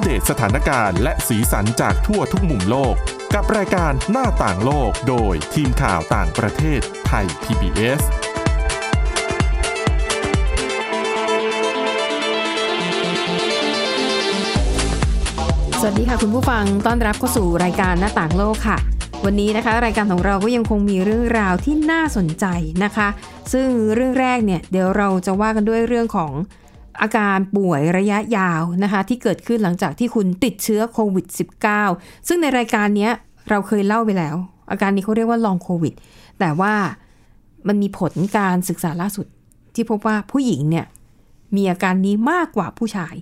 เดตสถานการณ์และสีสันจากทั่วทุกมุมโลก กับรายการหน้าต่างโลกโดยทีมข่าวต่างประเทศไทย PBS สวัสดีค่ะคุณผู้ฟังต้อนรับเข้าสู่รายการหน้าต่างโลกค่ะ วันนี้นะคะ รายการของเราก็ยังคงมีเรื่องราวที่น่าสนใจนะคะ ซึ่งเรื่องแรกเนี่ยเดี๋ยวเราจะว่ากันด้วยเรื่องของอาการป่วยระยะยาวนะคะ ที่เกิดขึ้นหลังจากที่คุณติดเชื้อโควิด -19 ซึ่งในรายการเนี้ยเราเคยเล่าไปแล้ว อาการนี้เขาเรียกว่าลองโควิดแต่ว่ามันมีผลการศึกษาล่าสุดที่พบว่าผู้หญิงเนี่ย มีอาการนี้มากกว่าผู้ชาย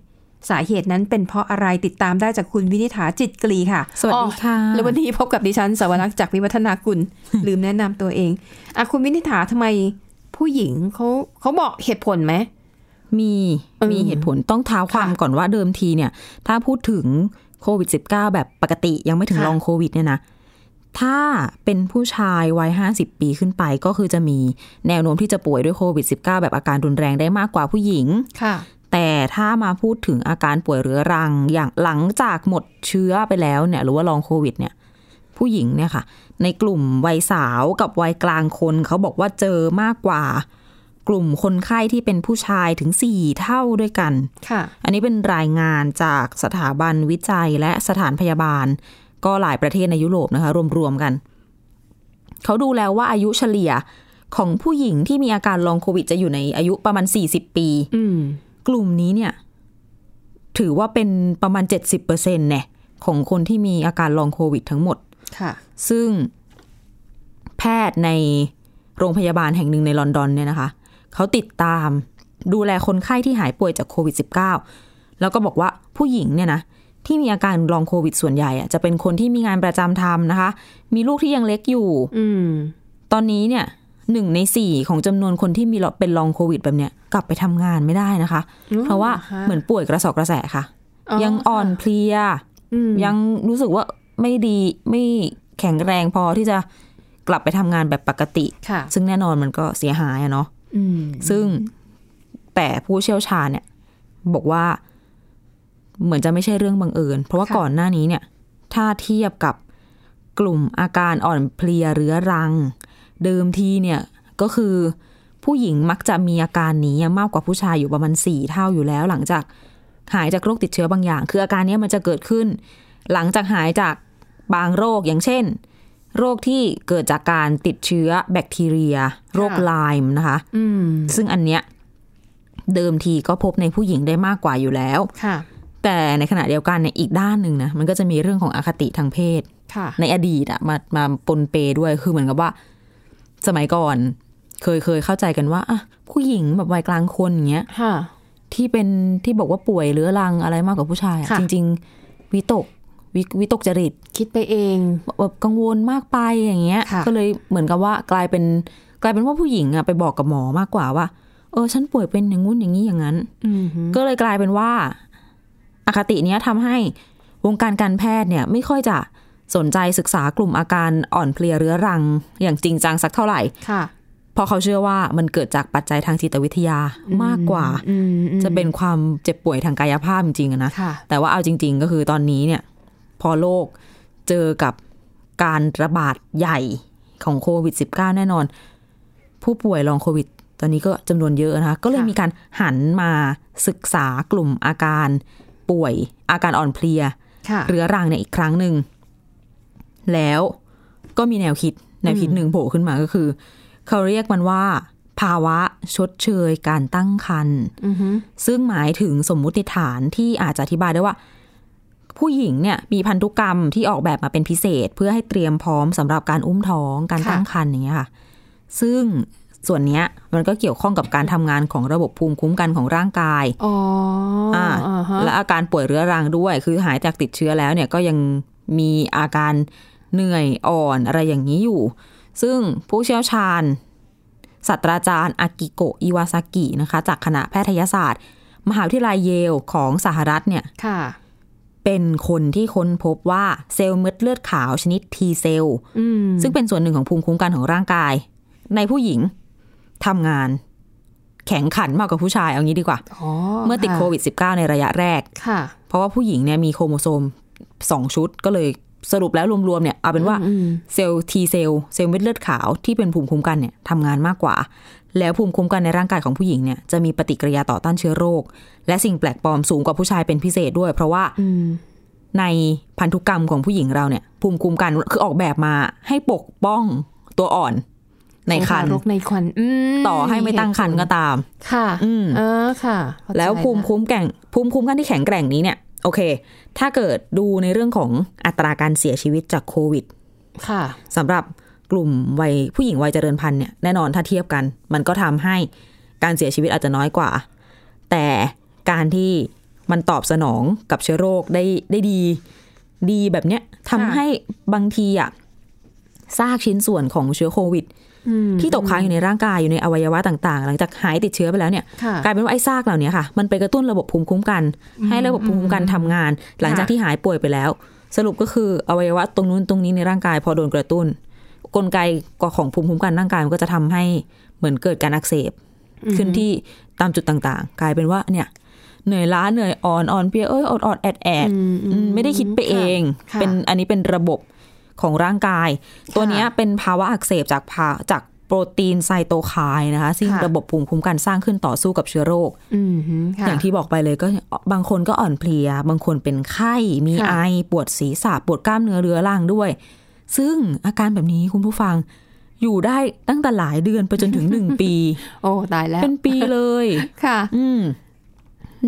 สาเหตุนั้นเป็นเพราะอะไรติดตามได้จากคุณวินิษฐาจิตกรีค่ะ สวัสดีค่ะ อ๋อแล้ววันนี้พบกับดิฉันสวรักษ์จากวิวัฒนา คุณ ลืมแนะนำตัวเองอะคุณวินิษฐาทำไมผู้หญิงเขาเขาบอกเหตุผลไหม มี เออ มีเหตุผลต้องเท้าความ ค่ะ ก่อนว่าเดิมทีเนี่ย ถ้าพูดถึงโควิด -19 แบบปกติยังไม่ถึง ค่ะ ลองโควิดเนี่ยนะ ถ้าเป็นผู้ชายวัย 50 ปีขึ้นไปก็คือจะมีแนวโน้มที่จะป่วยด้วยโควิด -19 แบบอาการรุนแรงได้มากกว่าผู้หญิง ค่ะ แต่ถ้ามาพูดถึงอาการป่วยเรื้อรังอย่างหลังจากหมดเชื้อไปแล้วเนี่ยหรือว่าลองโควิดเนี่ยผู้หญิงเนี่ยค่ะ ในกลุ่มวัยสาวกับวัยกลางคนเขาบอกว่าเจอมากกว่า กลุ่มคนไข้ที่เป็นผู้ชายถึง 4 เท่าด้วยกัน ค่ะ อันนี้เป็นรายงานจากสถาบันวิจัยและสถานพยาบาล ก็หลายประเทศในยุโรปนะคะ รวม ๆ กัน เขาดูแล้วว่าอายุเฉลี่ยของผู้หญิงที่มีอาการลองโควิดจะอยู่ในอายุประมาณ 40 ปี อืม กลุ่มนี้เนี่ย ถือว่าเป็นประมาณ 70%เนี่ยของคนที่มีอาการลองโควิดทั้งหมด ค่ะ ซึ่งแพทย์ในโรงพยาบาลแห่งหนึ่งในลอนดอนเนี่ยนะคะ เขาติดตามดูแลคนไข้ที่หายป่วยจากโควิด -19 แล้วก็บอกว่าผู้หญิงเนี่ยนะ ที่มีอาการลองโควิดส่วนใหญ่อะจะเป็นคนที่มีงานประจำทำนะคะ มีลูกที่ยังเล็กอยู่ อืม ตอนนี้เนี่ยหนึ่งในสี่ของจำนวนคนที่มีเป็นลองโควิดแบบเนี้ยกลับไปทำงานไม่ได้นะคะ อ๋อ เพราะว่า เหรอคะ เหมือนป่วยกระสอบกระแสค่ะ อ๋อ ยังอ่อนเพลีย อืม ยังรู้สึกว่าไม่ดีไม่แข็งแรงพอที่จะกลับไปทำงานแบบปกติ ค่ะ ซึ่งแน่นอนมันก็เสียหายอะเนาะ อืม ซึ่งแต่ผู้เชี่ยวชาญเนี่ย บอกว่าเหมือนจะไม่ใช่เรื่องบังเอิญ เพราะว่า ค่ะ ก่อนหน้านี้เนี่ย ถ้าเทียบกับกลุ่มอาการอ่อนเพลียเรื้อรัง เดิมทีเนี่ยก็คือผู้หญิงมักจะมีอาการนี้มากกว่าผู้ชายอยู่ประมาณสี่เท่าอยู่แล้ว หลังจากหายจากโรคติดเชื้อบางอย่าง คืออาการเนี้ยมันจะเกิดขึ้น หลังจากหายจากบางโรคอย่างเช่น โรคที่เกิดจากการติดเชื้อแบคทีเรีย โรคไลม์นะคะ อืม ซึ่งอันเนี้ยเดิมทีก็พบในผู้หญิงได้มากกว่าอยู่แล้ว ค่ะ แต่ในขณะเดียวกันเนี่ยอีกด้านหนึ่งนะมันก็จะมีเรื่องของอคติทางเพศ ค่ะ ในอดีตอะมามาปนเปด้วยคือเหมือนกับว่า สมัยก่อน เคยเคยเข้าใจกันว่าอ่ะผู้หญิงแบบวัยกลางคนอย่างเงี้ย ค่ะ ที่เป็นที่บอกว่าป่วยเรื้อรังอะไรมากกว่าผู้ชายอะ ค่ะ จริง ๆ วิตกวิวิตกจริต คิดไปเอง แบบกังวลมากไปอย่างเงี้ย ค่ะ ก็เลยเหมือนกับว่ากลายเป็นกลายเป็นว่าผู้หญิงอะไปบอกกับหมอมากกว่าว่าเออฉันป่วยเป็นอย่างงู้นอย่างนี้อย่างนั้น อืม ก็เลยกลายเป็นว่าอคติเนี้ยทำให้วงการการแพทย์เนี่ยไม่ค่อยจะสนใจศึกษากลุ่มอาการอ่อนเพลียเรื้อรัง อย่างจริงจังสักเท่าไหร่ ค่ะ เพราะเขาเชื่อว่ามันเกิดจากปัจจัยทางจิตวิทยามากกว่า อืมอืม จะเป็นความเจ็บป่วยทางกายภาพจริงๆอะนะ ค่ะ แต่ว่าเอาจริง ๆ ก็คือตอนนี้เนี่ย พอโลกเจอกับการระบาดใหญ่ของโควิด -19 แน่นอน ผู้ป่วยลองโควิด ตอนนี้ก็จำนวนเยอะนะคะ ก็เลย ค่ะ มีการหันมาศึกษากลุ่มอาการป่วย อาการอ่อนเพลีย ค่ะ เรื้อรังเนี่ยอีกครั้งหนึ่ง แล้วก็มีแนวคิด แนวคิดหนึ่งโผล่ขึ้นมาก็คือ เขาเรียกมันว่า ภาวะชดเชยการตั้งครรภ์ อือหือ ซึ่งหมายถึงสมมุติฐานที่อาจจะอธิบายได้ว่า ผู้หญิงเนี่ยมีพันธุกรรมที่ออกแบบมาเป็นพิเศษ เพื่อให้เตรียมพร้อมสำหรับการอุ้มท้องการ ค่ะ ตั้งครรภ์อย่างเงี้ยค่ะ ซึ่งส่วนเนี้ยมันก็เกี่ยวข้องกับการทำงานของระบบภูมิคุ้มกันของร่างกาย อ๋ออ่าฮะ และอาการป่วยเรื้อรังด้วย คือหายจากติดเชื้อแล้วเนี่ยก็ยังมีอาการเหนื่อยอ่อนอะไรอย่างนี้อยู่ ซึ่งผู้เชี่ยวชาญศาสตราจารย์อากิโกะอิวาซากินะคะ จากคณะแพทยศาสตร์ มหาวิทยาลัยเยลของสหรัฐเนี่ย ค่ะ เป็นคนที่ค้นพบว่าเซลล์เม็ดเลือดขาวชนิด T เซลล์ อืม ซึ่งเป็นส่วนหนึ่งของภูมิคุ้มกันของร่างกาย ในผู้หญิงทำงาน แข็งขันมากกว่าผู้ชายเอางี้ดีกว่า อ๋อ เมื่อติด ค่ะ โควิด -19 ในระยะแรก ค่ะ พ ราะว่าผู้หญิงเนี่ยมีโครโมโซมสองชุดก็เลยสรุปแล้วรวมๆเนี่ยเอาเป็นว่า อืม เซลล์ทีเซลล์เซลล์เม็ดเลือดขาวที่เป็นภูมิคุ้มกันเนี่ยทำงานมากกว่า แล้วภูมิคุ้มกันในร่างกายของผู้หญิงเนี่ยจะมีปฏิกิริยาต่อต้านเชื้อโรค และสิ่งแปลกปลอมสูงกว่าผู้ชายเป็นพิเศษด้วย เพราะว่า อืม ในพันธุกรรมของผู้หญิงเราเนี่ยภูมิคุ้มกันคือออกแบบมาให้ปกป้องตัวอ่อนในครรขภ์องทารกในครรภ์อืม ต่อให้ไม่ตั้งครรภ์ก็ตาม ค่ะ อืม เออค่ะเข้าใจ แล้วภูมิคุ้มแก่งภูมิคุ้มกันที่แข็งแกร่งนี้เนี่ยโอเค ถ้าเกิดดูในเรื่องของอัตราการเสียชีวิตจากโควิด ค่ะ สำหรับกลุ่มวัยผู้หญิงวัยเจริญพันธุ์เนี่ยแน่นอนถ้าเทียบกัน มันก็ทำให้การเสียชีวิตอาจจะน้อยกว่า แต่การที่มันตอบสนองกับเชื้อโรคได้ได้ดี ดีแบบเนี้ยทำ ค่ะ ให้บางทีอะซากชิ้นส่วนของเชื้อโควิด อืม ที่ตกค้างอยู่ในร่างกายอยู่ในอวัยวะต่างๆ หลังจากหายติดเชื้อไปแล้วเนี่ย ค่ะ กลายเป็นว่าไอ้ซากเหล่านี้ค่ะ มันไปกระตุ้นระบบภูมิคุ้มกัน ให้ระบบภูมิคุ้มกันทำงาน หลังจากที่หายป่วยไปแล้ว สรุปก็คืออวัยวะตรงนู้นตรงนี้ในร่างกายพอโดนกระตุ้น กลไกของภูมิคุ้มกันร่างกายมันก็จะทำให้เหมือนเกิดการอักเสบ ขึ้นที่ตามจุดต่างๆ กลายเป็นว่าเนี่ยเหนื่อยล้าเหนื่อยอ่อนอ่อนเพลียเอ้ยอดอดๆแอดแอดๆ อืมไม่ได้คิดไปเอง ค่ะ เป็นอันนี้เป็นระบบของร่างกาย ตัวเนี้ยเป็นภาวะอักเสบจากภาจากโปรตีนไซโตไคน์นะคะ ซึ่ง ค่ะ ระบบภูมิคุ้มกันสร้างขึ้นต่อสู้กับเชื้อโรค อืมค่ะ อย่างที่บอกไปเลยก็บางคนก็อ่อนเพลีย บางคนเป็นไข้ มี ค่ะ ไอ ปวดศีรษะ ปวดกล้ามเนื้อเรื้อรังด้วย ซึ่งอาการแบบนี้คุณผู้ฟังอยู่ได้ตั้งแต่หลายเดือนไปจนถึงหนึ่ง ปี โอ้ตายแล้ว เป็นปีเลย ค่ะ อืม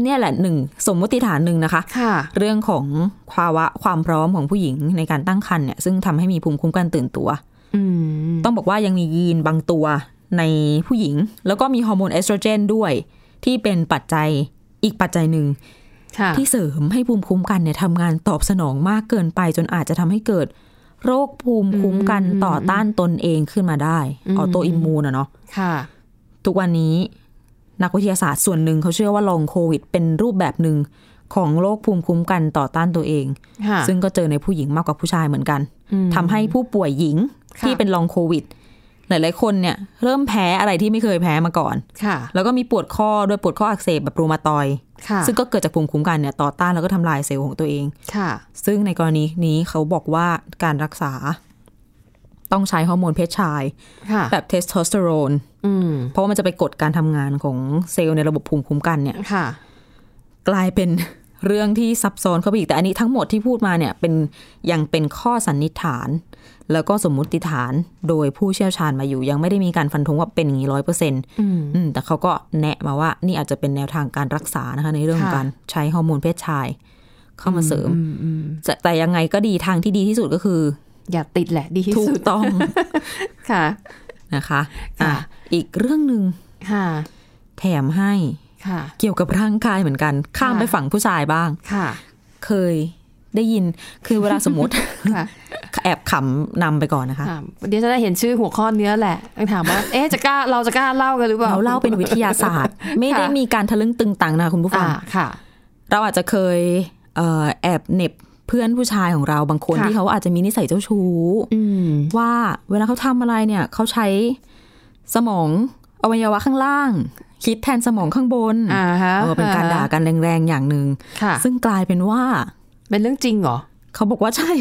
เนี่ยแหละหนึ่งสมมติฐานหนึ่งนะคะ ค่ะ เรื่องของภาวะความพร้อมของผู้หญิงในการตั้งครรภ์เนี่ยซึ่งทำให้มีภูมิคุ้มกันตื่นตัว อืม ต้องบอกว่ายังมียีนบางตัวในผู้หญิง แล้วก็มีฮอร์โมนเอสโตรเจนด้วย ที่เป็นปัจจัยอีกปัจจัยหนึ่ง ค่ะ ที่เสริมให้ภูมิคุ้มกันเนี่ยทำงานตอบสนองมากเกินไป จนอาจจะทำให้เกิด โรคภูมิคุ้มกันต่อต้านตนเองขึ้นมาได้ออโตอิมมูนอะเนาะ ค่ะ ทุกวันนี้นักวิทยาศาสตร์ส่วนหนึ่งเขาเชื่อว่าลองโควิด เป็นรูปแบบหนึ่งของโรคภูมิคุ้มกันต่อต้านตัวเอง ค่ะ ซึ่งก็เจอในผู้หญิงมากกว่าผู้ชายเหมือนกัน อืม ทำให้ผู้ป่วยหญิง ค่ะ ที่เป็นลองโควิด หลาย ๆ คนเนี่ยเริ่มแพ้อะไรที่ไม่เคยแพ้มาก่อน ค่ะ แล้วก็มีปวดข้อด้วยปวดข้ออักเสบแบบรูมาตอยด์ ค่ะ ซึ่งก็เกิดจากภูมิคุ้มกันเนี่ยต่อต้านแล้วก็ทำลายเซลล์ของตัวเอง ค่ะ ซึ่งในกรณีนี้เขาบอกว่าการรักษา ต้องใช้ฮอร์โมนเพศชาย ค่ะ แบบเทสโทสเตอโรน อืม เพราะว่ามันจะไปกดการทำงานของเซลล์ในระบบภูมิคุ้มกันเนี่ย ค่ะ กลายเป็น เรื่องที่ซับซ้อนเข้าไปอีก แต่อันนี้ทั้งหมดที่พูดมาเนี่ยเป็นยังเป็นข้อสันนิษฐาน แล้วก็สมมุติฐานโดยผู้เชี่ยวชาญมาอยู่ ยังไม่ได้มีการฟันธงว่าเป็นอย่างนี้ร้อยเปอร์เซ็นต์ อืม แต่เขาก็แนะมาว่านี่อาจจะเป็นแนวทางการรักษานะคะ ในเรื่องของ ค่ะ การใช้ฮอร์โมนเพศชาย เข้ามาเสริม อืมอืม จะแต่ยังไงก็ดีทางที่ดีที่สุดก็คือ อย่าติดแหละดีที่ ถู สุ ก ด ต้อง ค่ะ นะคะอ่ะ ค่ะ อีกเรื่องหนึ่ง ค่ะ แถมให้ ค่ะ เกี่ยวกับร่างกายเหมือนกัน ข้าม ค่ะ ไปฝั่งผู้ชายบ้าง ค่ะ เคยได้ยินคือเวลาสมมติ ค่ะ แอบขำนำไปก่อนนะคะ ถามเดี๋ยวจะได้เห็นชื่อหัวข้อเนื้อแหละถาม ว่า เอ๊ะจะกล้าเราจะกล้าเล่ากันหรือเปล่า เราเล่าเป็นวิทยาศาสตร์ ไม่ได้มีการทะลึ่งตึงตังนะคะคุณผู้ฟั อ่าง ค่ะ เราอาจจะเคยเอ่อแอบเหน็บเพื่อนผู้ชายของเราบางคน ค่ะ ที่เขาอาจจะมีนิสัยเจ้าชู้ อืม ว่าเวลาเขาทำอะไรเนี่ยเขาใช้สมองอวัยวะข้างล่าง คิดแทนสมองข้างบน อ่าฮะ เออเป็นการด่ากันแรงๆอย่างหนึ่ง ค่ะ ซึ่งกลายเป็นว่า เป็นเรื่องจริงเหรอ เขาบอกว่าใช่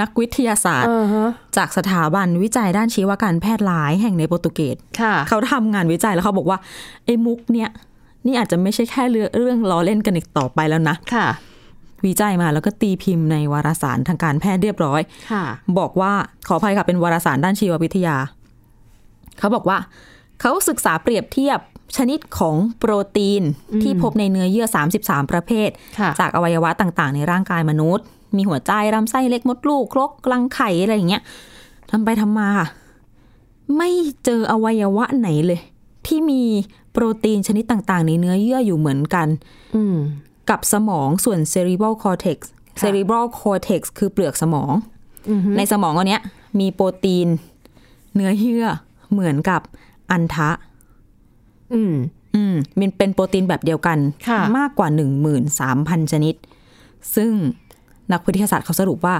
นักวิทยาศาสตร์ อ่าฮะ จากสถาบันวิจัยด้านชีวการแพทย์หลายแห่งในโปรตุเกส ค่ะ เขาทำงานวิจัยแล้วเขาบอกว่าไอ้มุกเนี่ย นี่อาจจะไม่ใช่แค่เรื่องเรื่องล้อเล่นกันอีกต่อไปแล้วนะ ค่ะ วิจัยมาแล้วก็ตีพิมพ์ในวารสารทางการแพทย์เรียบร้อย ค่ะ บอกว่าขออภัยค่ะเป็นวารสารด้านชีววิทยา เขาบอกว่า เขาศึกษาเปรียบเทียบชนิดของโปรตีนที่พบในเนื้อเยื่อ 33 ประเภท ค่ะ จากอวัยวะต่างๆ ในร่างกายมนุษย์ มีหัวใจลำไส้เล็กมดลูกครกรังไข่อะไรอย่างเงี้ยทำไปทำมาค่ะ ไม่เจออวัยวะไหนเลย ที่มีโปรตีนชนิดต่างๆ ในเนื้อเยื่ออยู่เหมือนกัน อืม กับสมองส่วน cerebral cortex ค่ะ cerebral cortex คือเปลือกสมอง อือฮึ ในสมองอันเนี้ย มีโปรตีน เนื้อเยื่อเหมือนกับอันทะ อืม อืมมันเป็นโปรตีนแบบเดียวกัน ค่ะ มากกว่า 13,000 ชนิด ซึ่งนักวิทยาศาสตร์เขาสรุปว่า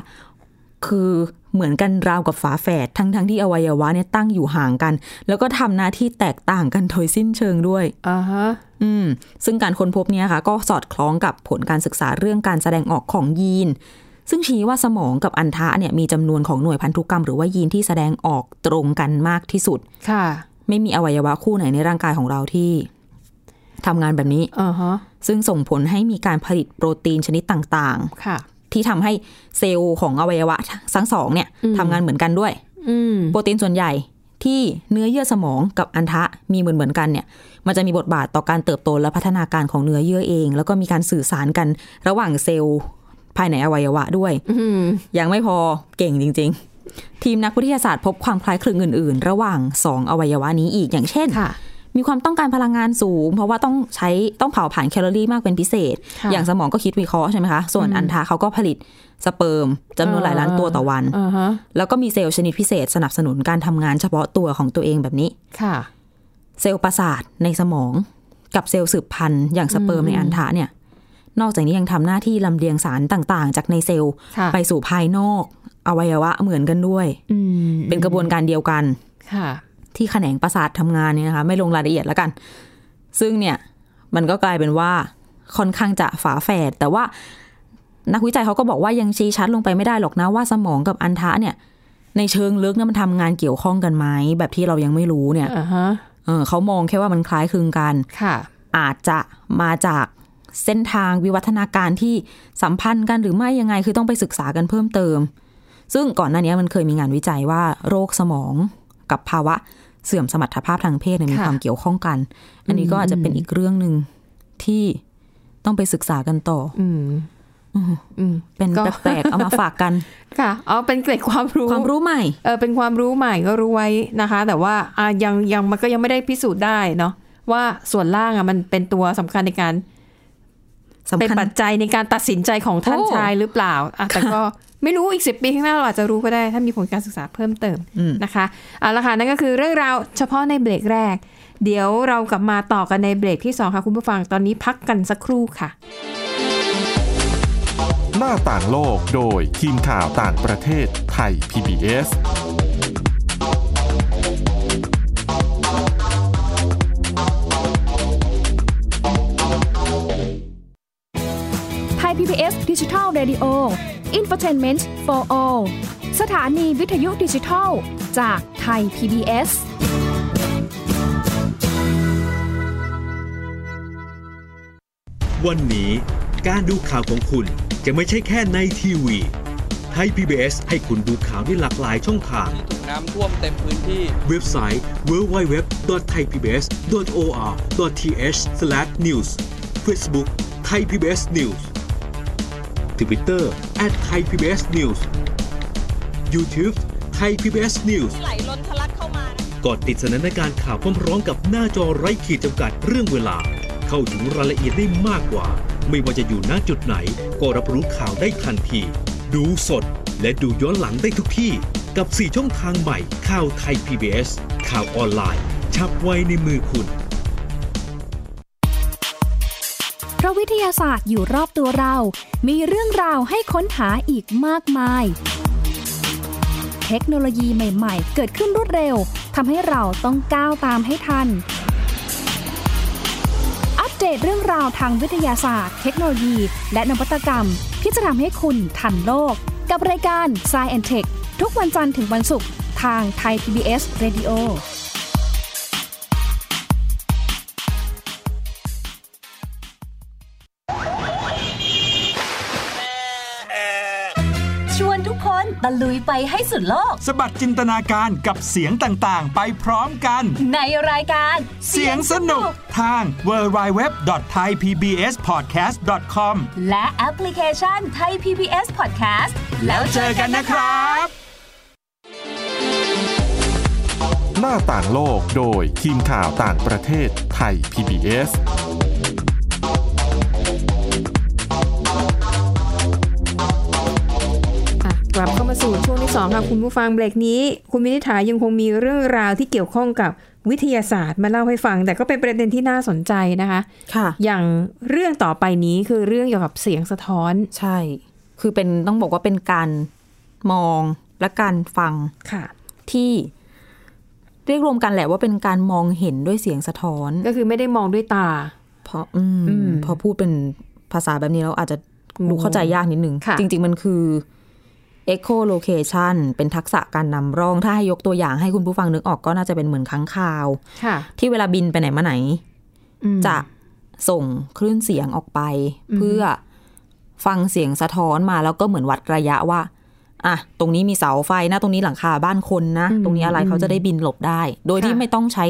คือเหมือนกันราวกับฝาแฝดทั้งทั้งๆที่อวัยวะเนี่ยตั้งอยู่ห่างกัน แล้วก็ทำหน้าที่แตกต่างกันโดยสิ้นเชิงด้วย อ่าฮะ อืมซึ่งการค้นพบเนี่ยค่ะ ก็สอดคล้องกับผลการศึกษาเรื่องการแสดงออกของยีน ซึ่งชี้ว่าสมองกับอันทะเนี่ยมีจำนวนของหน่วยพันธุกรรมหรือว่ายีนที่แสดงออกตรงกันมากที่สุด ค่ะ ไม่มีอวัยวะคู่ไหนในร่างกายของเราที่ทำงานแบบนี้ อ่าฮะ ซึ่งส่งผลให้มีการผลิตโปรตีนชนิดต่าง ค่ะ ๆ ที่ทำให้เซลล์ของอวัยวะทั้งสองเนี่ย อืม ทำงานเหมือนกันด้วย อืม โปรตีนส่วนใหญ่ที่เนื้อเยื่อสมองกับอันทะมีเหมือนเหมือนๆกันเนี่ย มันจะมีบทบาทต่อการเติบโตและพัฒนาการของเนื้อเยื่อเอง แล้วก็มีการสื่อสารกันระหว่างเซลล์ภายในอวัยวะด้วย อืม ยังไม่พอเก่งจริง ๆ ทีมนักวิทยาศาสตร์พบความคล้ายคลึงอื่น ๆ ระหว่างสองอวัยวะนี้อีกอย่างเช่น ค่ะ มีความต้องการพลังงานสูง เพราะว่าต้องใช้ต้องเผาผ่านแคลอรี่มากเป็นพิเศษ ค่ะ อย่างสมองก็คิดวิเคราะห์ใช่ไหมคะส่วนอันทะเขาก็ผลิตสเปิร์มจำนวนหลายล้านตัวต่อวัน อ่าฮะ แล้วก็มีเซลล์ชนิดพิเศษสนับสนุนการทำงานเฉพาะตัวของตัวเองแบบนี้ ค่ะ เซลล์ประสาทในสมองกับเซลล์สืบพันธุ์อย่างสเปิร์มในอันทะเนี่ย นอกจากนี้ยังทำหน้าที่ลำเลียงสารต่างๆ จากในเซลล์ ค่ะ ไปสู่ภายนอก อวัยวะเหมือนกันด้วย อืม เป็นกระบวนการเดียวกัน ค่ะ ที่แขนงประสาททำงานเนี่ยนะคะ ไม่ลงรายละเอียดแล้วกัน ซึ่งเนี่ยมันก็กลายเป็นว่าค่อนข้างจะฝาแฝดแต่ว่านักวิจัยเขาก็บอกว่ายังชี้ชัดลงไปไม่ได้หรอกนะว่าสมองกับอันทะเนี่ย ในเชิงลึกเนี่ยมันทำงานเกี่ยวข้องกันไหมแบบที่เรายังไม่รู้เนี่ย อ่าฮะ เออเขามองแค่ว่ามันคล้ายคลึงกัน ค่ะ อาจจะมาจากเส้นทางวิวัฒนาการที่สัมพันธ์กันหรือไม่ยังไงคือต้องไปศึกษากันเพิ่มเติม ซึ่งก่อนหน้านี้มันเคยมีงานวิจัยว่าโรคสมองกับภาวะเสื่อมสมรรถภาพทางเพศเนี่ยมี ค่ะ ความเกี่ยวข้องกัน อันนี้ก็อาจจะเป็นอีกเรื่องหนึ่งที่ต้องไปศึกษากันต่อ อืมอืม เป็น ก็ แปลกๆเอามาฝาก กัน ค่ะเอาเป็นเกร็ดความรู้ ความรู้ใหม่ เออเป็นความรู้ใหม่ก็รู้ไว้นะคะ แต่ว่าอ่ะยังยังมันก็ยังไม่ได้พิสูจน์ได้เนาะว่าส่วนล่างอ่ะมันเป็นตัวสำคัญในการเป็น สำคัญ ปัจจัยในการตัดสินใจของท่าน โอ้ ชายหรือเปล่าอ่ะแต่ก็ไม่รู้อีกสิปีข้างหน้าเราอาจจะรู้ก็ได้ถ้ามีผลการศึกษาเพิ่มเติมนะคะเอาละค่ะนั่นก็คือเรื่องราวเฉพาะในเบรกแรก เดี๋ยวเรากลับมาต่อกันในเบรกที่สองค่ะคุณผู้ฟังตอนนี้พักกันสักครู่ค่ะ หน้าต่างโลกโดยทีมข่าวต่างประเทศไทย PBS ไทย PBS Digital Radio Infotainment for All สถานีวิทยุดิจิทัล จากไทย PBS วันนี้การดูข่าวของคุณจะไม่ใช่แค่ในทีวีไทย PBS ให้คุณดูข่าวได้หลากหลายช่องทาง ที่ถูกน้ำท่วมเต็มพื้นที่ เว็บไซต์ www.thaipbs.or.th/news Facebook Thai PBS News Twitter @thaipbsnews YouTube Thai PBS News ไหลล้นทะลักเข้ามานะคะ ก่อนติดสนันการณ์ข่าวพร้อมๆกับหน้าจอไร้ขีดจำกัดเรื่องเวลา เข้าถึงรายละเอียดได้มากกว่า ไม่ว่าจะอยู่ณจุดไหน ก็รับรู้ข่าวได้ทันที ดูสดและดูย้อนหลังได้ทุกที่ กับ 4 ช่องทางใหม่ข่าวไทย PBS ข่าวออนไลน์ ชับไว้ในมือคุณ เพราะวิทยาศาสตร์อยู่รอบตัวเรา มีเรื่องราวให้ค้นหาอีกมากมาย เทคโนโลยีใหม่ ๆ เกิดขึ้นรวดเร็ว ทำให้เราต้องก้าวตามให้ทัน อัปเดตเรื่องราวทางวิทยาศาสตร์ เทคโนโลยี และนวัตกรรม ที่จะทำให้คุณทันโลก กับรายการ s c i e n t e c h ทุกวันจันทร์ถึงวันศุกร์ทางไทย PBS Radio ชวนทุกคนตะลุยไปให้สุดโลก สบัดจินตนาการกับเสียงต่างๆ ไปพร้อมกัน ในรายการ เสียงสนุกทาง www.thaipbspodcast.com และแอปพลิเคชันไทย PBS Podcast แล้วเจอกันนะครับ หน้าต่างโลกโดยทีมข่าวต่างประเทศไทย PBS อ่ะกลับเข้ามาสู่ช่วงที่สองค่ะคุณผู้ฟังเบรกนี้ คุณมินิษฐายังคงมีเรื่องราวที่เกี่ยวข้องกับวิทยาศาสตร์มาเล่าให้ฟัง แต่ก็เป็นประเด็นที่น่าสนใจนะคะ ค่ะ อย่างเรื่องต่อไปนี้คือเรื่องเกี่ยวกับเสียงสะท้อน ใช่ คือเป็นต้องบอกว่าเป็นการ มองและการฟัง ค่ะ ที่เรียกรวมกันแหละว่าเป็นการมองเห็นด้วยเสียงสะท้อน ก็คือไม่ได้มองด้วยตา เพราะอืม อืม พอพูดเป็นภาษาแบบนี้แล้วอาจจะดูเข้าใจยากนิดนึง ค่ะ จริง ๆ มันคือ echolocation เป็นทักษะการนำร่อง ถ้าให้ยกตัวอย่างให้คุณผู้ฟังนึกออกก็น่าจะเป็นเหมือนค้างคาว ค่ะ ที่เวลาบินไปไหนมาไหน อืม จะส่งคลื่นเสียงออกไป อืม เพื่อฟังเสียงสะท้อนมาแล้วก็เหมือนวัดระยะว่าอ่ะตรงนี้มีเสาไฟนะ ตรงนี้หลังคาบ้านคนนะ ตรงนี้อะไรเขาจะได้บินหลบได้ โดยที่ไม่ต้องใช้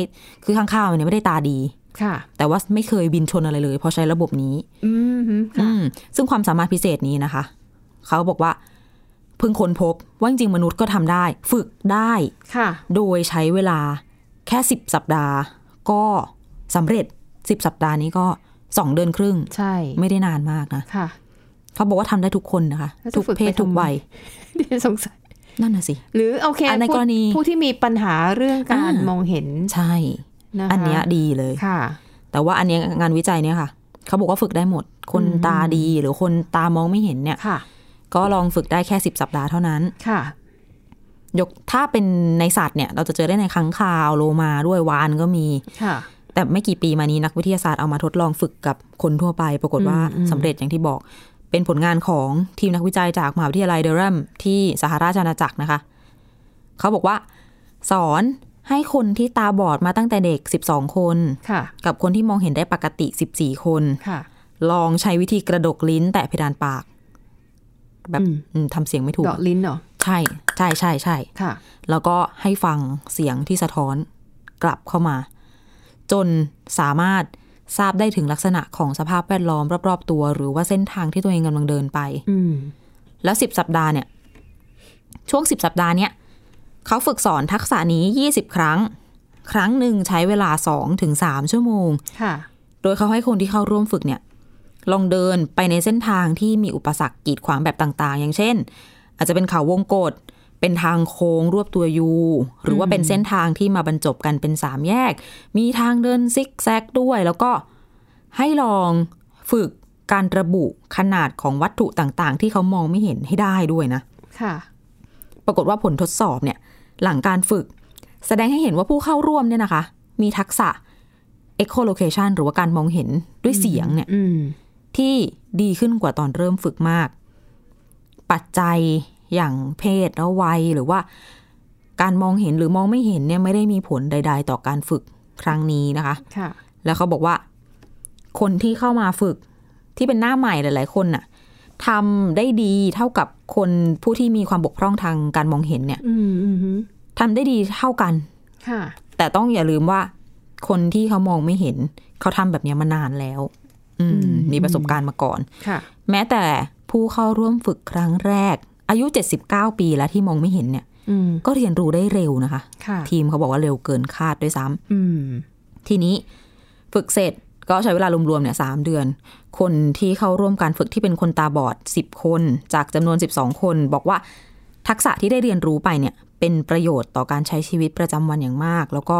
คือข้างข้าวเนี่ยไม่ได้ตาดี ค่ะ แต่ว่าไม่เคยบินชนอะไรเลยเพราะใช้ระบบนี้ อืมฮึ อื ค่ะ มซึ่งความสามารถพิเศษนี้นะคะ เขาบอกว่าเพิ่งค้นพบว่าจริงๆมนุษย์ก็ทำได้ ฝึกได้ ค่ะ โดยใช้เวลาแค่ 10 สัปดาห์ ก็สำเร็จ 10 สัปดาห์นี้ก็ 2 เดือนครึ่ง ใช่ ไม่ได้นานมากนะ ค่ะ เขาบอกว่าทำได้ทุกคนนะคะ แล้วจะ ทุก ฝึก เพศ ไปทำ ทุกวัย ดิฉันสงสัย นั่นน่ะสิ หรือโอเค อ่ะใน ผู้ กรณี ผู้ที่มีปัญหาเรื่องการ อ่าม มองเห็น ใช่ นะคะ อันเนี้ยดีเลย ค่ะ แต่ว่าอันเนี้ยงานวิจัยเนี่ยค่ะ เขาบอกว่าฝึกได้หมด คน อืม ตาดีหรือคนตามองไม่เห็นเนี่ย ค่ะ ก็ลองฝึกได้แค่ 10 สัปดาห์เท่านั้น ค่ะ ยกถ้าเป็นในสัตว์เนี่ย เราจะเจอได้ในค้างคาวโลมาด้วยวานก็มี ค่ะ แต่ไม่กี่ปีมานี้นักวิทยาศาสตร์เอามาทดลองฝึกกับคนทั่วไป ปรากฏว่า อืมอืม สำเร็จอย่างที่บอก เป็นผลงานของทีมนักวิจัยจากมหาวิทยาลัยเดอรัมที่สหราชอาณาจักรนะคะ เขาบอกว่า สอนให้คนที่ตาบอดมาตั้งแต่เด็ก 12 คน ค่ะ กับคนที่มองเห็นได้ปกติ 14 คน ค่ะ ลองใช้วิธีกระดกลิ้น แตะเพดานปาก แบบ อืม อืมทำเสียงไม่ถูก เดาะลิ้นเหรอ ใช่ใช่ใช่ใช่ ค่ะ แล้วก็ให้ฟังเสียงที่สะท้อนกลับเข้ามา จนสามารถทราบได้ถึงลักษณะของสภาพแวดล้อมรอบ ๆ ตัว หรือว่าเส้นทางที่ตัวเองกำลังเดินไป อืม แล้ว 10 สัปดาห์เนี่ย ช่วง 10 สัปดาห์เนี่ยเขาฝึกสอนทักษะนี้ 20 ครั้ง ครั้งหนึ่งใช้เวลา 2-3 ชั่วโมง ค่ะ โดยเขาให้คนที่เข้าร่วมฝึกเนี่ย ลองเดินไปในเส้นทางที่มีอุปสรรคกีดขวางแบบต่างๆ อย่างเช่น อาจจะเป็นเขาวงกฏเป็นทางโค้งรวบตัวยู หรือว่าเป็นเส้นทางที่มาบรรจบกันเป็นสามแยก มีทางเดินซิกแซกด้วย แล้วก็ให้ลองฝึกการระบุขนาดของวัตถุต่างๆ ที่เขามองไม่เห็นให้ได้ด้วยนะ ค่ะ ปรากฏว่าผลทดสอบเนี่ย หลังการฝึก แสดงให้เห็นว่าผู้เข้าร่วมเนี่ยนะคะ มีทักษะ echolocation หรือว่าการมองเห็นด้วยเสียงเนี่ย อืม ที่ดีขึ้นกว่าตอนเริ่มฝึกมาก ปัจจัยอย่างเพศและวัยหรือว่าการมองเห็นหรือมองไม่เห็นเนี่ยไม่ได้มีผลใด ๆ ต่อการฝึกครั้งนี้นะคะ ค่ะ แล้วเขาบอกว่า คนที่เข้ามาฝึกที่เป็นหน้าใหม่หลาย ๆ คนน่ะทำได้ดีเท่ากับคนผู้ที่มีความบกพร่องทางการมองเห็นเนี่ย อืม อืมฮึ ทำได้ดีเท่ากัน ค่ะ แต่ต้องอย่าลืมว่า คนที่เขามองไม่เห็น เขาทำแบบเนี้ยมานานแล้ว อืม อืม มีประสบการณ์มาก่อน ค่ะ แม้แต่ผู้เข้าร่วมฝึกครั้งแรก อายุ 79 ปีแล้วที่มองไม่เห็นเนี่ย อืม ก็เรียนรู้ได้เร็วนะคะ ค่ะ ทีมเขาบอกว่าเร็วเกินคาดด้วยซ้ำ อืม ทีนี้ฝึกเสร็จก็ใช้เวลารวมๆเนี่ยสามเดือน คนที่เข้าร่วมการฝึกที่เป็นคนตาบอด 10 คน จากจำนวน 12 คน บอกว่าทักษะที่ได้เรียนรู้ไปเนี่ย เป็นประโยชน์ต่อการใช้ชีวิตประจำวันอย่างมาก แล้วก็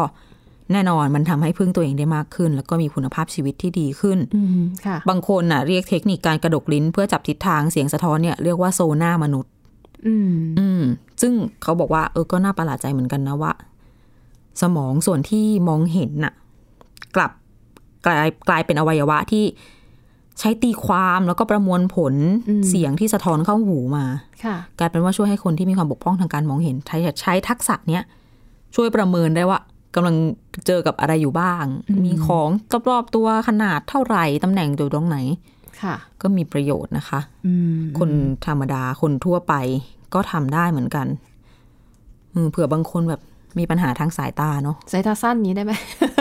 แน่นอนมันทำให้พึ่งตัวเองได้มากขึ้น แล้วก็มีคุณภาพชีวิตที่ดีขึ้น อืม ค่ะ บางคนน่ะเรียกเทคนิคการกระดกลิ้น เพื่อจับทิศทางเสียงสะท้อนเนี่ยเรียกว่าโซน่ามนุษย์ อืม อืมซึ่งเขาบอกว่าเออก็น่าประหลาดใจเหมือนกันนะว่า สมองส่วนที่มองเห็นน่ะ กลับกลายกลายเป็นอวัยวะที่ใช้ตีความแล้วก็ประมวลผล อืม เสียงที่สะท้อนเข้าหูมา ค่ะ กลายเป็นว่าช่วยให้คนที่มีความบกพร่องทางการมองเห็น ใช้ใช้ทักษะเนี้ยช่วยประเมินได้ว่ากำลังเจอกับอะไรอยู่บ้าง มีของรอบๆตัวขนาดเท่าไหร่ตำแหน่งอยู่ตรงไหน ค่ะ ก็มีประโยชน์นะคะ อืม คนธรรมดาคนทั่วไปก็ทำได้เหมือนกันอืมเผื่อบางคนแบบมีปัญหาทางสายตาเนาะ สายตาสั้นนี้ได้ไหม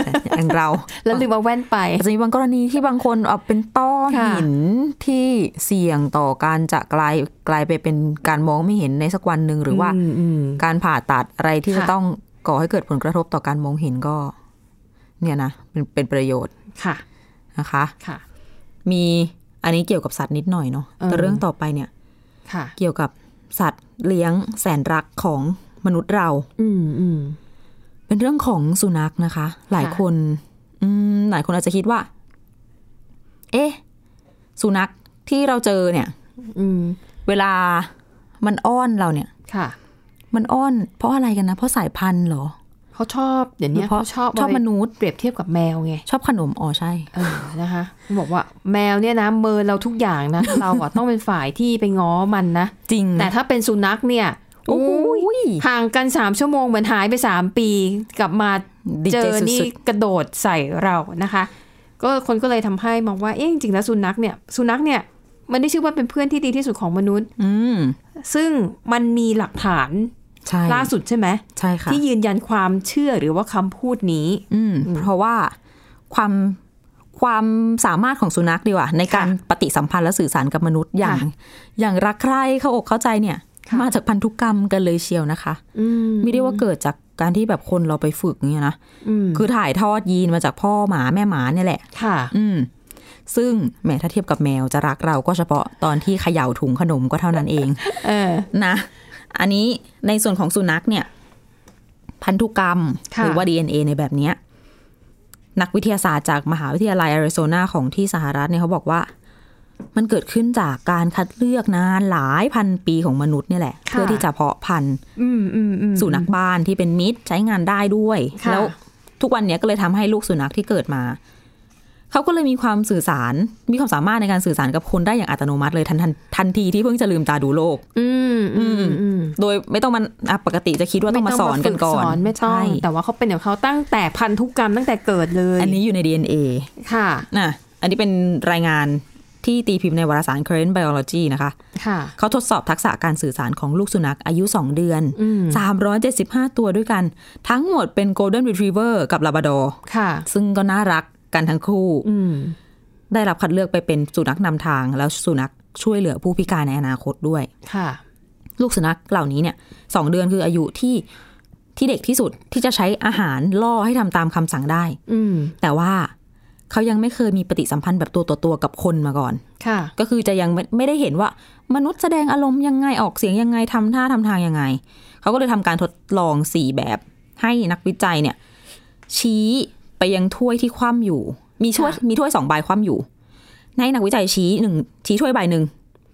แต่อย่าง เรา แล้วลืมเอาแว่นไป อาจจะมีบางกรณีที่บางคนเอาเป็นต้อ ค่ะ หินที่เสี่ยงต่อการจะกลายกลายไปเป็นการมองไม่เห็นในสักวันหนึ่งหรือว่า มอืม การผ่าตัดอะไรที่จะ ค่ะ ต้องก่อให้เกิดผลกระทบต่อการมองเห็นก็ เนี่ยนะเป็นเป็นประโยชน์ ค่ะ นะคะ ค่ะ มีอันนี้เกี่ยวกับสัตว์นิดหน่อยเนาะ เออ แต่เรื่องต่อไปเนี่ย ค่ะ เกี่ยวกับสัตว์เลี้ยงแสนรักของมนุษย์เรา อืม อืม เป็นเรื่องของสุนัขนะคะ หลายคน อืมหลายคนอาจจะคิดว่า เอ๊ะ สุนัขที่เราเจอเนี่ย อืม เวลามันอ้อนเราเนี่ย ค่ะ มันอ้อนเพราะอะไรกันนะ เพราะสายพันธุ์เหรอ เขาชอบเดี๋ยวนี้ หรือเพ เขา ราะ ชอบ ชอบมนุษย์ เปรียบเทียบกับแมวไง ชอบขนมอ๋อใช่ เออนะคะเขาบอกว่าแมวเนี่ยนะเมินเราทุกอย่างนะ เราอะต้องเป็นฝ่ายที่ไปง้อมันนะ จริง แต่ถ้าเป็นสุนัขเนี่ย โอ้โห ห่างกันสามชั่วโมงเหมือนหายไปสามปี กลับมา ดี เจ เจ อ สุ นี่ ด กระโดดใส่เรานะคะ ก็คนก็เลยทำให้มองว่าเอ๊ะจริงๆแล้วสุนัขเนี่ยสุนัขเนี่ยมันได้ชื่อว่าเป็นเพื่อนที่ดีที่สุดของมนุษย์ ๆอืม ซึ่งมันมีหลักฐาน ใช่ ล่าสุดใช่ไหม ใช่ค่ะ ที่ยืนยันความเชื่อหรือว่าคำพูดนี้ อืมเพราะว่าความความสามารถของสุนัขดีกว่าในการปฏิสัมพันธ์และสื่อสารกับมนุษย์อย่าง ค่ะ อย่างรักใคร่เข้าอกเข้าใจเนี่ย ค่ะ มาจากพันธุกรรมกันเลยเชียวนะคะ อืม ไม่ได้ว่าเกิดจากการที่แบบคนเราไปฝึกเนี่ยนะ อืม คือถ่ายทอดยีนมาจากพ่อหมาแม่หมาเนี่ยแหละ ค่ะ อืม ซึ่งแหมถ้าเทียบกับแมวจะรักเราก็เฉพาะตอนที่เขย่าถุงขนมก็เท่านั้นเอง เออ นะ อันนี้ในส่วนของสุนัขเนี่ย พันธุกรรม ค่ะ หรืว่า DNA ในแบบเนี้ยนักวิทยาศาสตร์จากมหาวิทยาลัยอาริโซนาของที่สหรัฐเนี่ยเขาบอกว่า มันเกิดขึ้นจากการคัดเลือกนานหลายพันปีของมนุษย์เนี่ยแหละ เพื่อที่จะเพาะพันธุ์ อืมอืมอืม สุนัขบ้านที่เป็นมิตรใช้งานได้ด้วย ค่ะ แล้วทุกวันเนี้ยก็เลยทำให้ลูกสุนัขที่เกิดมา เขาก็เลยมีความสื่อสาร มีความสามารถในการสื่อสารกับคนได้อย่างอัตโนมัติเลยทันทันทันทีที่เพิ่งจะลืมตาดูโลก อืมอืมอืม โดยไม่ต้องมันอ่ะปกติจะคิดว่าต้องมาสอนกันก่อ ไม่ต้งมาฝึสนไม่ต้อง ใช่ แต่ว่าเขาเป็นของเขาตั้งแต่พันธุกรรมตั้งแต่เกิดเลย อันนี้อยู่ใน DNA ค่ะ น่ะอันนี้เป็นรายงานที่ตีพิมพ์ในวารสาร Current Biology นะคะ ค่ะ เขาทดสอบทักษะการสื่อสารของลูกสุนัขอายุ 2 เดือน อืม 375 ตัวด้วยกัน ทั้งหมดเป็น Golden Retriever กับ Labrador ค่ะ ซึ่งก็น่ารักกันทั้งคู่ อืม ได้รับคัดเลือกไปเป็นสุนัขนำทาง แล้วสุนัขช่วยเหลือผู้พิการในอนาคตด้วย ค่ะ ลูกสุนัขเหล่านี้เนี่ยสองเดือนคืออายุที่ที่เด็กที่สุดที่จะใช้อาหารล่อให้ทำตามคำสั่งได้ อืม แต่ว่าเขายังไม่เคยมีปฏิสัมพันธ์แบบตัวต่อตัวกับคนมาก่อน ค่ะ ก็คือจะยังไม่ไม่ได้เห็นว่า มนุษย์แสดงอารมณ์ยังไงออกเสียงยังไงทำท่าทำทางยังไง เขาก็เลยทำการทดลองสี่แบบให้นักวิจัยเนี่ย ชี้ไปยังถ้วยที่คว่ำอยู่ มีถ้วยมีถ้วยสองใบคว่ำอยู่ให้นักวิจัยชี้หนึ่งชี้ถ้วยใบหนึ่ง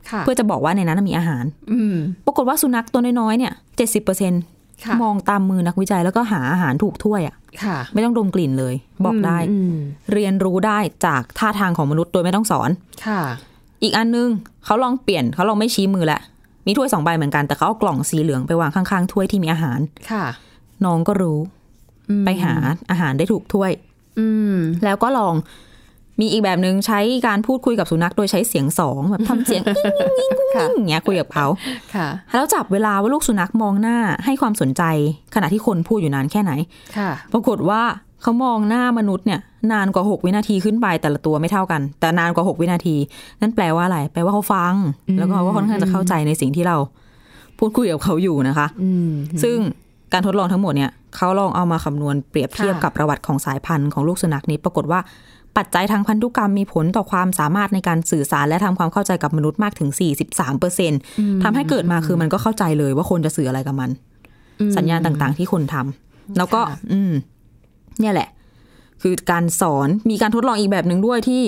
ค่ะ เพื่อจะบอกว่าในนั้นมีอาหาร อืม ปรากฏว่าสุนัขตัวน้อยๆเนี่ยเจ็ดสิบเปอร์เซ็น ค่ะ มองตามมือนักวิจัยแล้วก็หาอาหารถูกถ้วยอะ่ะ ค่ะ ไม่ต้องดมกลิ่นเลย บอกได้ อืม เรียนรู้ได้จากท่าทางของมนุษย์โดยไม่ต้องสอน ค่ะ อีกอันนึงเขาลองเปลี่ยนเขาลองไม่ชี้มือละมีถ้วยสองใบเหมือนกันแต่เขาเอากล่องสีเหลืองไปวางข้างๆถ้วยที่มีอาหาร ค่ะ น้องก็รู้ไปหาอาหารได้ถูกถ้วย อืม แล้วก็ลองมีอีกแบบหนึ่งใช้การพูดคุยกับสุนัขโดยใช้เสียงสองแบบท ำเสียง อิ๊งอิ๊งอิ๊งอิ๊งอย่างเงี้ยคุยกับเขา ค่ะ แล้วจับเวลาว่าลูกสุนัขมองหน้าให้ความสนใจ ขณะที่คนพูดอยู่นานแค่ไหน ค่ะ ปรากฏว่าเขามองหน้ามนุษย์เนี่ย นานกว่า 6 วินาทีขึ้นไปแต่ละตัวไม่เท่ากัน แต่นานกว่า 6 วินาที นั่นแปลว่าอะไร แปลว่าเขาฟัง แล้วก็เขาก็ค่อนข้างจะเข้าใจในสิ่งที่เราพูดคุยกับเขาอยู่นะคะ อืม ซึ่งการทดลองทั้งหมดเนี่ยเขาลองเอามาคำนวณเปรียบเทียบ ค่ะ กับประวัติของสายพันธุ์ของลูกสุนัขนี้ ปรากฏว่าปัจจัยทางพันธุกรรมมีผลต่อความสามารถในการสื่อสารและทำความเข้าใจกับมนุษย์มากถึง 43%ทำให้เกิดมาคือมันก็เข้าใจเลยว่าคนจะสื่ออะไรกับมัน สัญญาณต่างๆที่คนทำแล้วก็ อืม เนี่ยแหละ คือการสอนมีการทดลองอีกแบบหนึ่งด้วยที่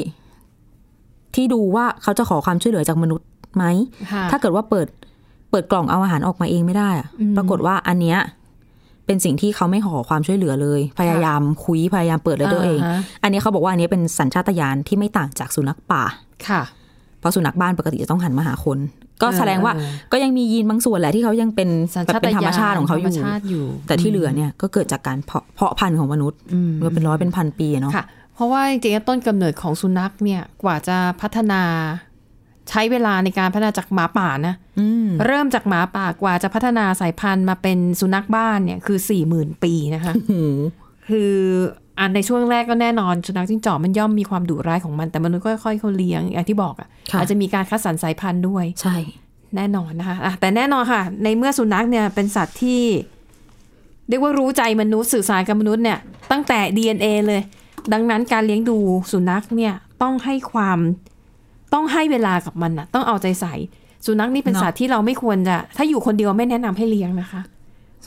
ที่ดูว่าเขาจะขอความช่วยเหลือจากมนุษย์ไหม ค่ะ ถ้าเกิดว่าเปิดเปิดกล่องเอาอาหารออกมาเองไม่ได้อะปรากฏว่าอันเนี้ยเป็นสิ่งที่เขาไม่ขอความช่วยเหลือเลย พยายามคุยพยายามเปิดเลยตัวเอง อ่าฮะ อันเนี้ยเขาบอกว่าอันเนี้ยเป็นสัญชาตญาณที่ไม่ต่างจากสุนัขป่า ค่ะ เพราะสุนัขบ้านปกติจะต้องหันมาหาคน ก็ เออ แสดงว่า เออ ก็ยังมียีนบางส่วนแหละที่เขายังเป็น สัญ แบบ ชาต เป็น ญาณ ธรรมชาติของเขาอ ธรรม ยู่ ชาติอยู่ แต่ที่เหลือเนี่ยก็เกิดจากการเพาะเพาะพันธุ์ของมนุษย์มาเป็นร้อยเป็นพันปีอะเนาะ ค่ะ เพราะว่าจริงๆแล้วต้นกำเนิดของสุนัขเนี่ยกว่าจะพัฒนาใช้เวลาในการพัฒนาจากหมาป่านะเริ่มจากหมาป่ากว่าจะพัฒนาสายพันธุ์มาเป็นสุนัขบ้านเนี่ยคือสี่หมื่นปีนะคะคืออันในช่วงแรกก็แน่นอน สุนัขจิ้งจอกมันย่อมมีความดุร้ายของมันแต่มนุษย์ก็ค่อยๆเขาเลี้ยงอย่างที่บอกอ่ะ ค่ะ อาจจะมีการคัดสรรสายพันธุ์ด้วย ใช่ แน่นอนนะคะอ่ะแต่แน่นอนค่ะ ในเมื่อสุนัขเนี่ยเป็นสัตว์ที่เรียกว่ารู้ใจมนุษย์สื่อสารกับมนุษย์เนี่ยตั้งแต่ DNA เลย ดังนั้นการเลี้ยงดูสุนัขเนี่ยต้องให้ความต้องให้เวลากับมันนะต้องเอาใจใส่ สุนัขนี่เป็นสัตว์ที่เราไม่ควรจะ ถ้าอยู่คนเดียวไม่แนะนำให้เลี้ยงนะคะ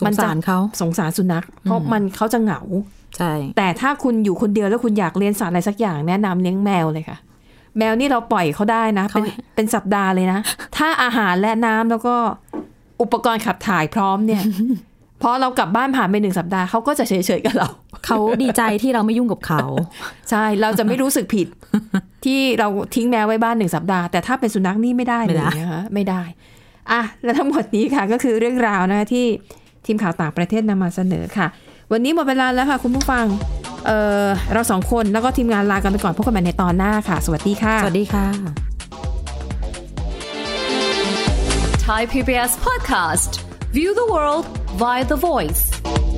สงสารเขา สงสารสุนัข เพราะมันเขาจะเหงา ใช่ แต่ถ้าคุณอยู่คนเดียวแล้วคุณอยากเรียนสัตว์อะไรสักอย่างแนะนำเลี้ยงแมวเลยค่ะ แมวนี่เราปล่อยเขาได้นะ เป็นเป็นสัปดาห์เลยนะ ถ้าอาหารและน้ำแล้วก็ อุปกรณ์ขับถ่ายพร้อม เนี่ย พอเรากลับบ้านผ่านไปหนึ่งสัปดาห์เขาก็จะเฉยๆกับเรา เขาดีใจที่เราไม่ยุ่งกับเขา ใช่เราจะไม่รู้สึกผิด ที่เราทิ้งแมวไว้บ้านหนึ่งสัปดาห์แต่ถ้าเป็นสุนัขนี่ไม่ได้ ไม่ เลย ได้ นะคะไม่ได้อ่ะและทั้งหมดนี้ค่ะก็คือเรื่องราวนะคะที่ทีมข่าวต่างประเทศนำมาเสนอค่ะ วันนี้หมดเวลาแล้วค่ะคุณผู้ฟังเออเราสองคนแล้วก็ทีมงานลากันไปก่อนพบกันใหม่ในตอนหน้าค่ะ สวัสดีค่ะ สวัสดีค่ะ Thai PBS podcast. View the world via the voice.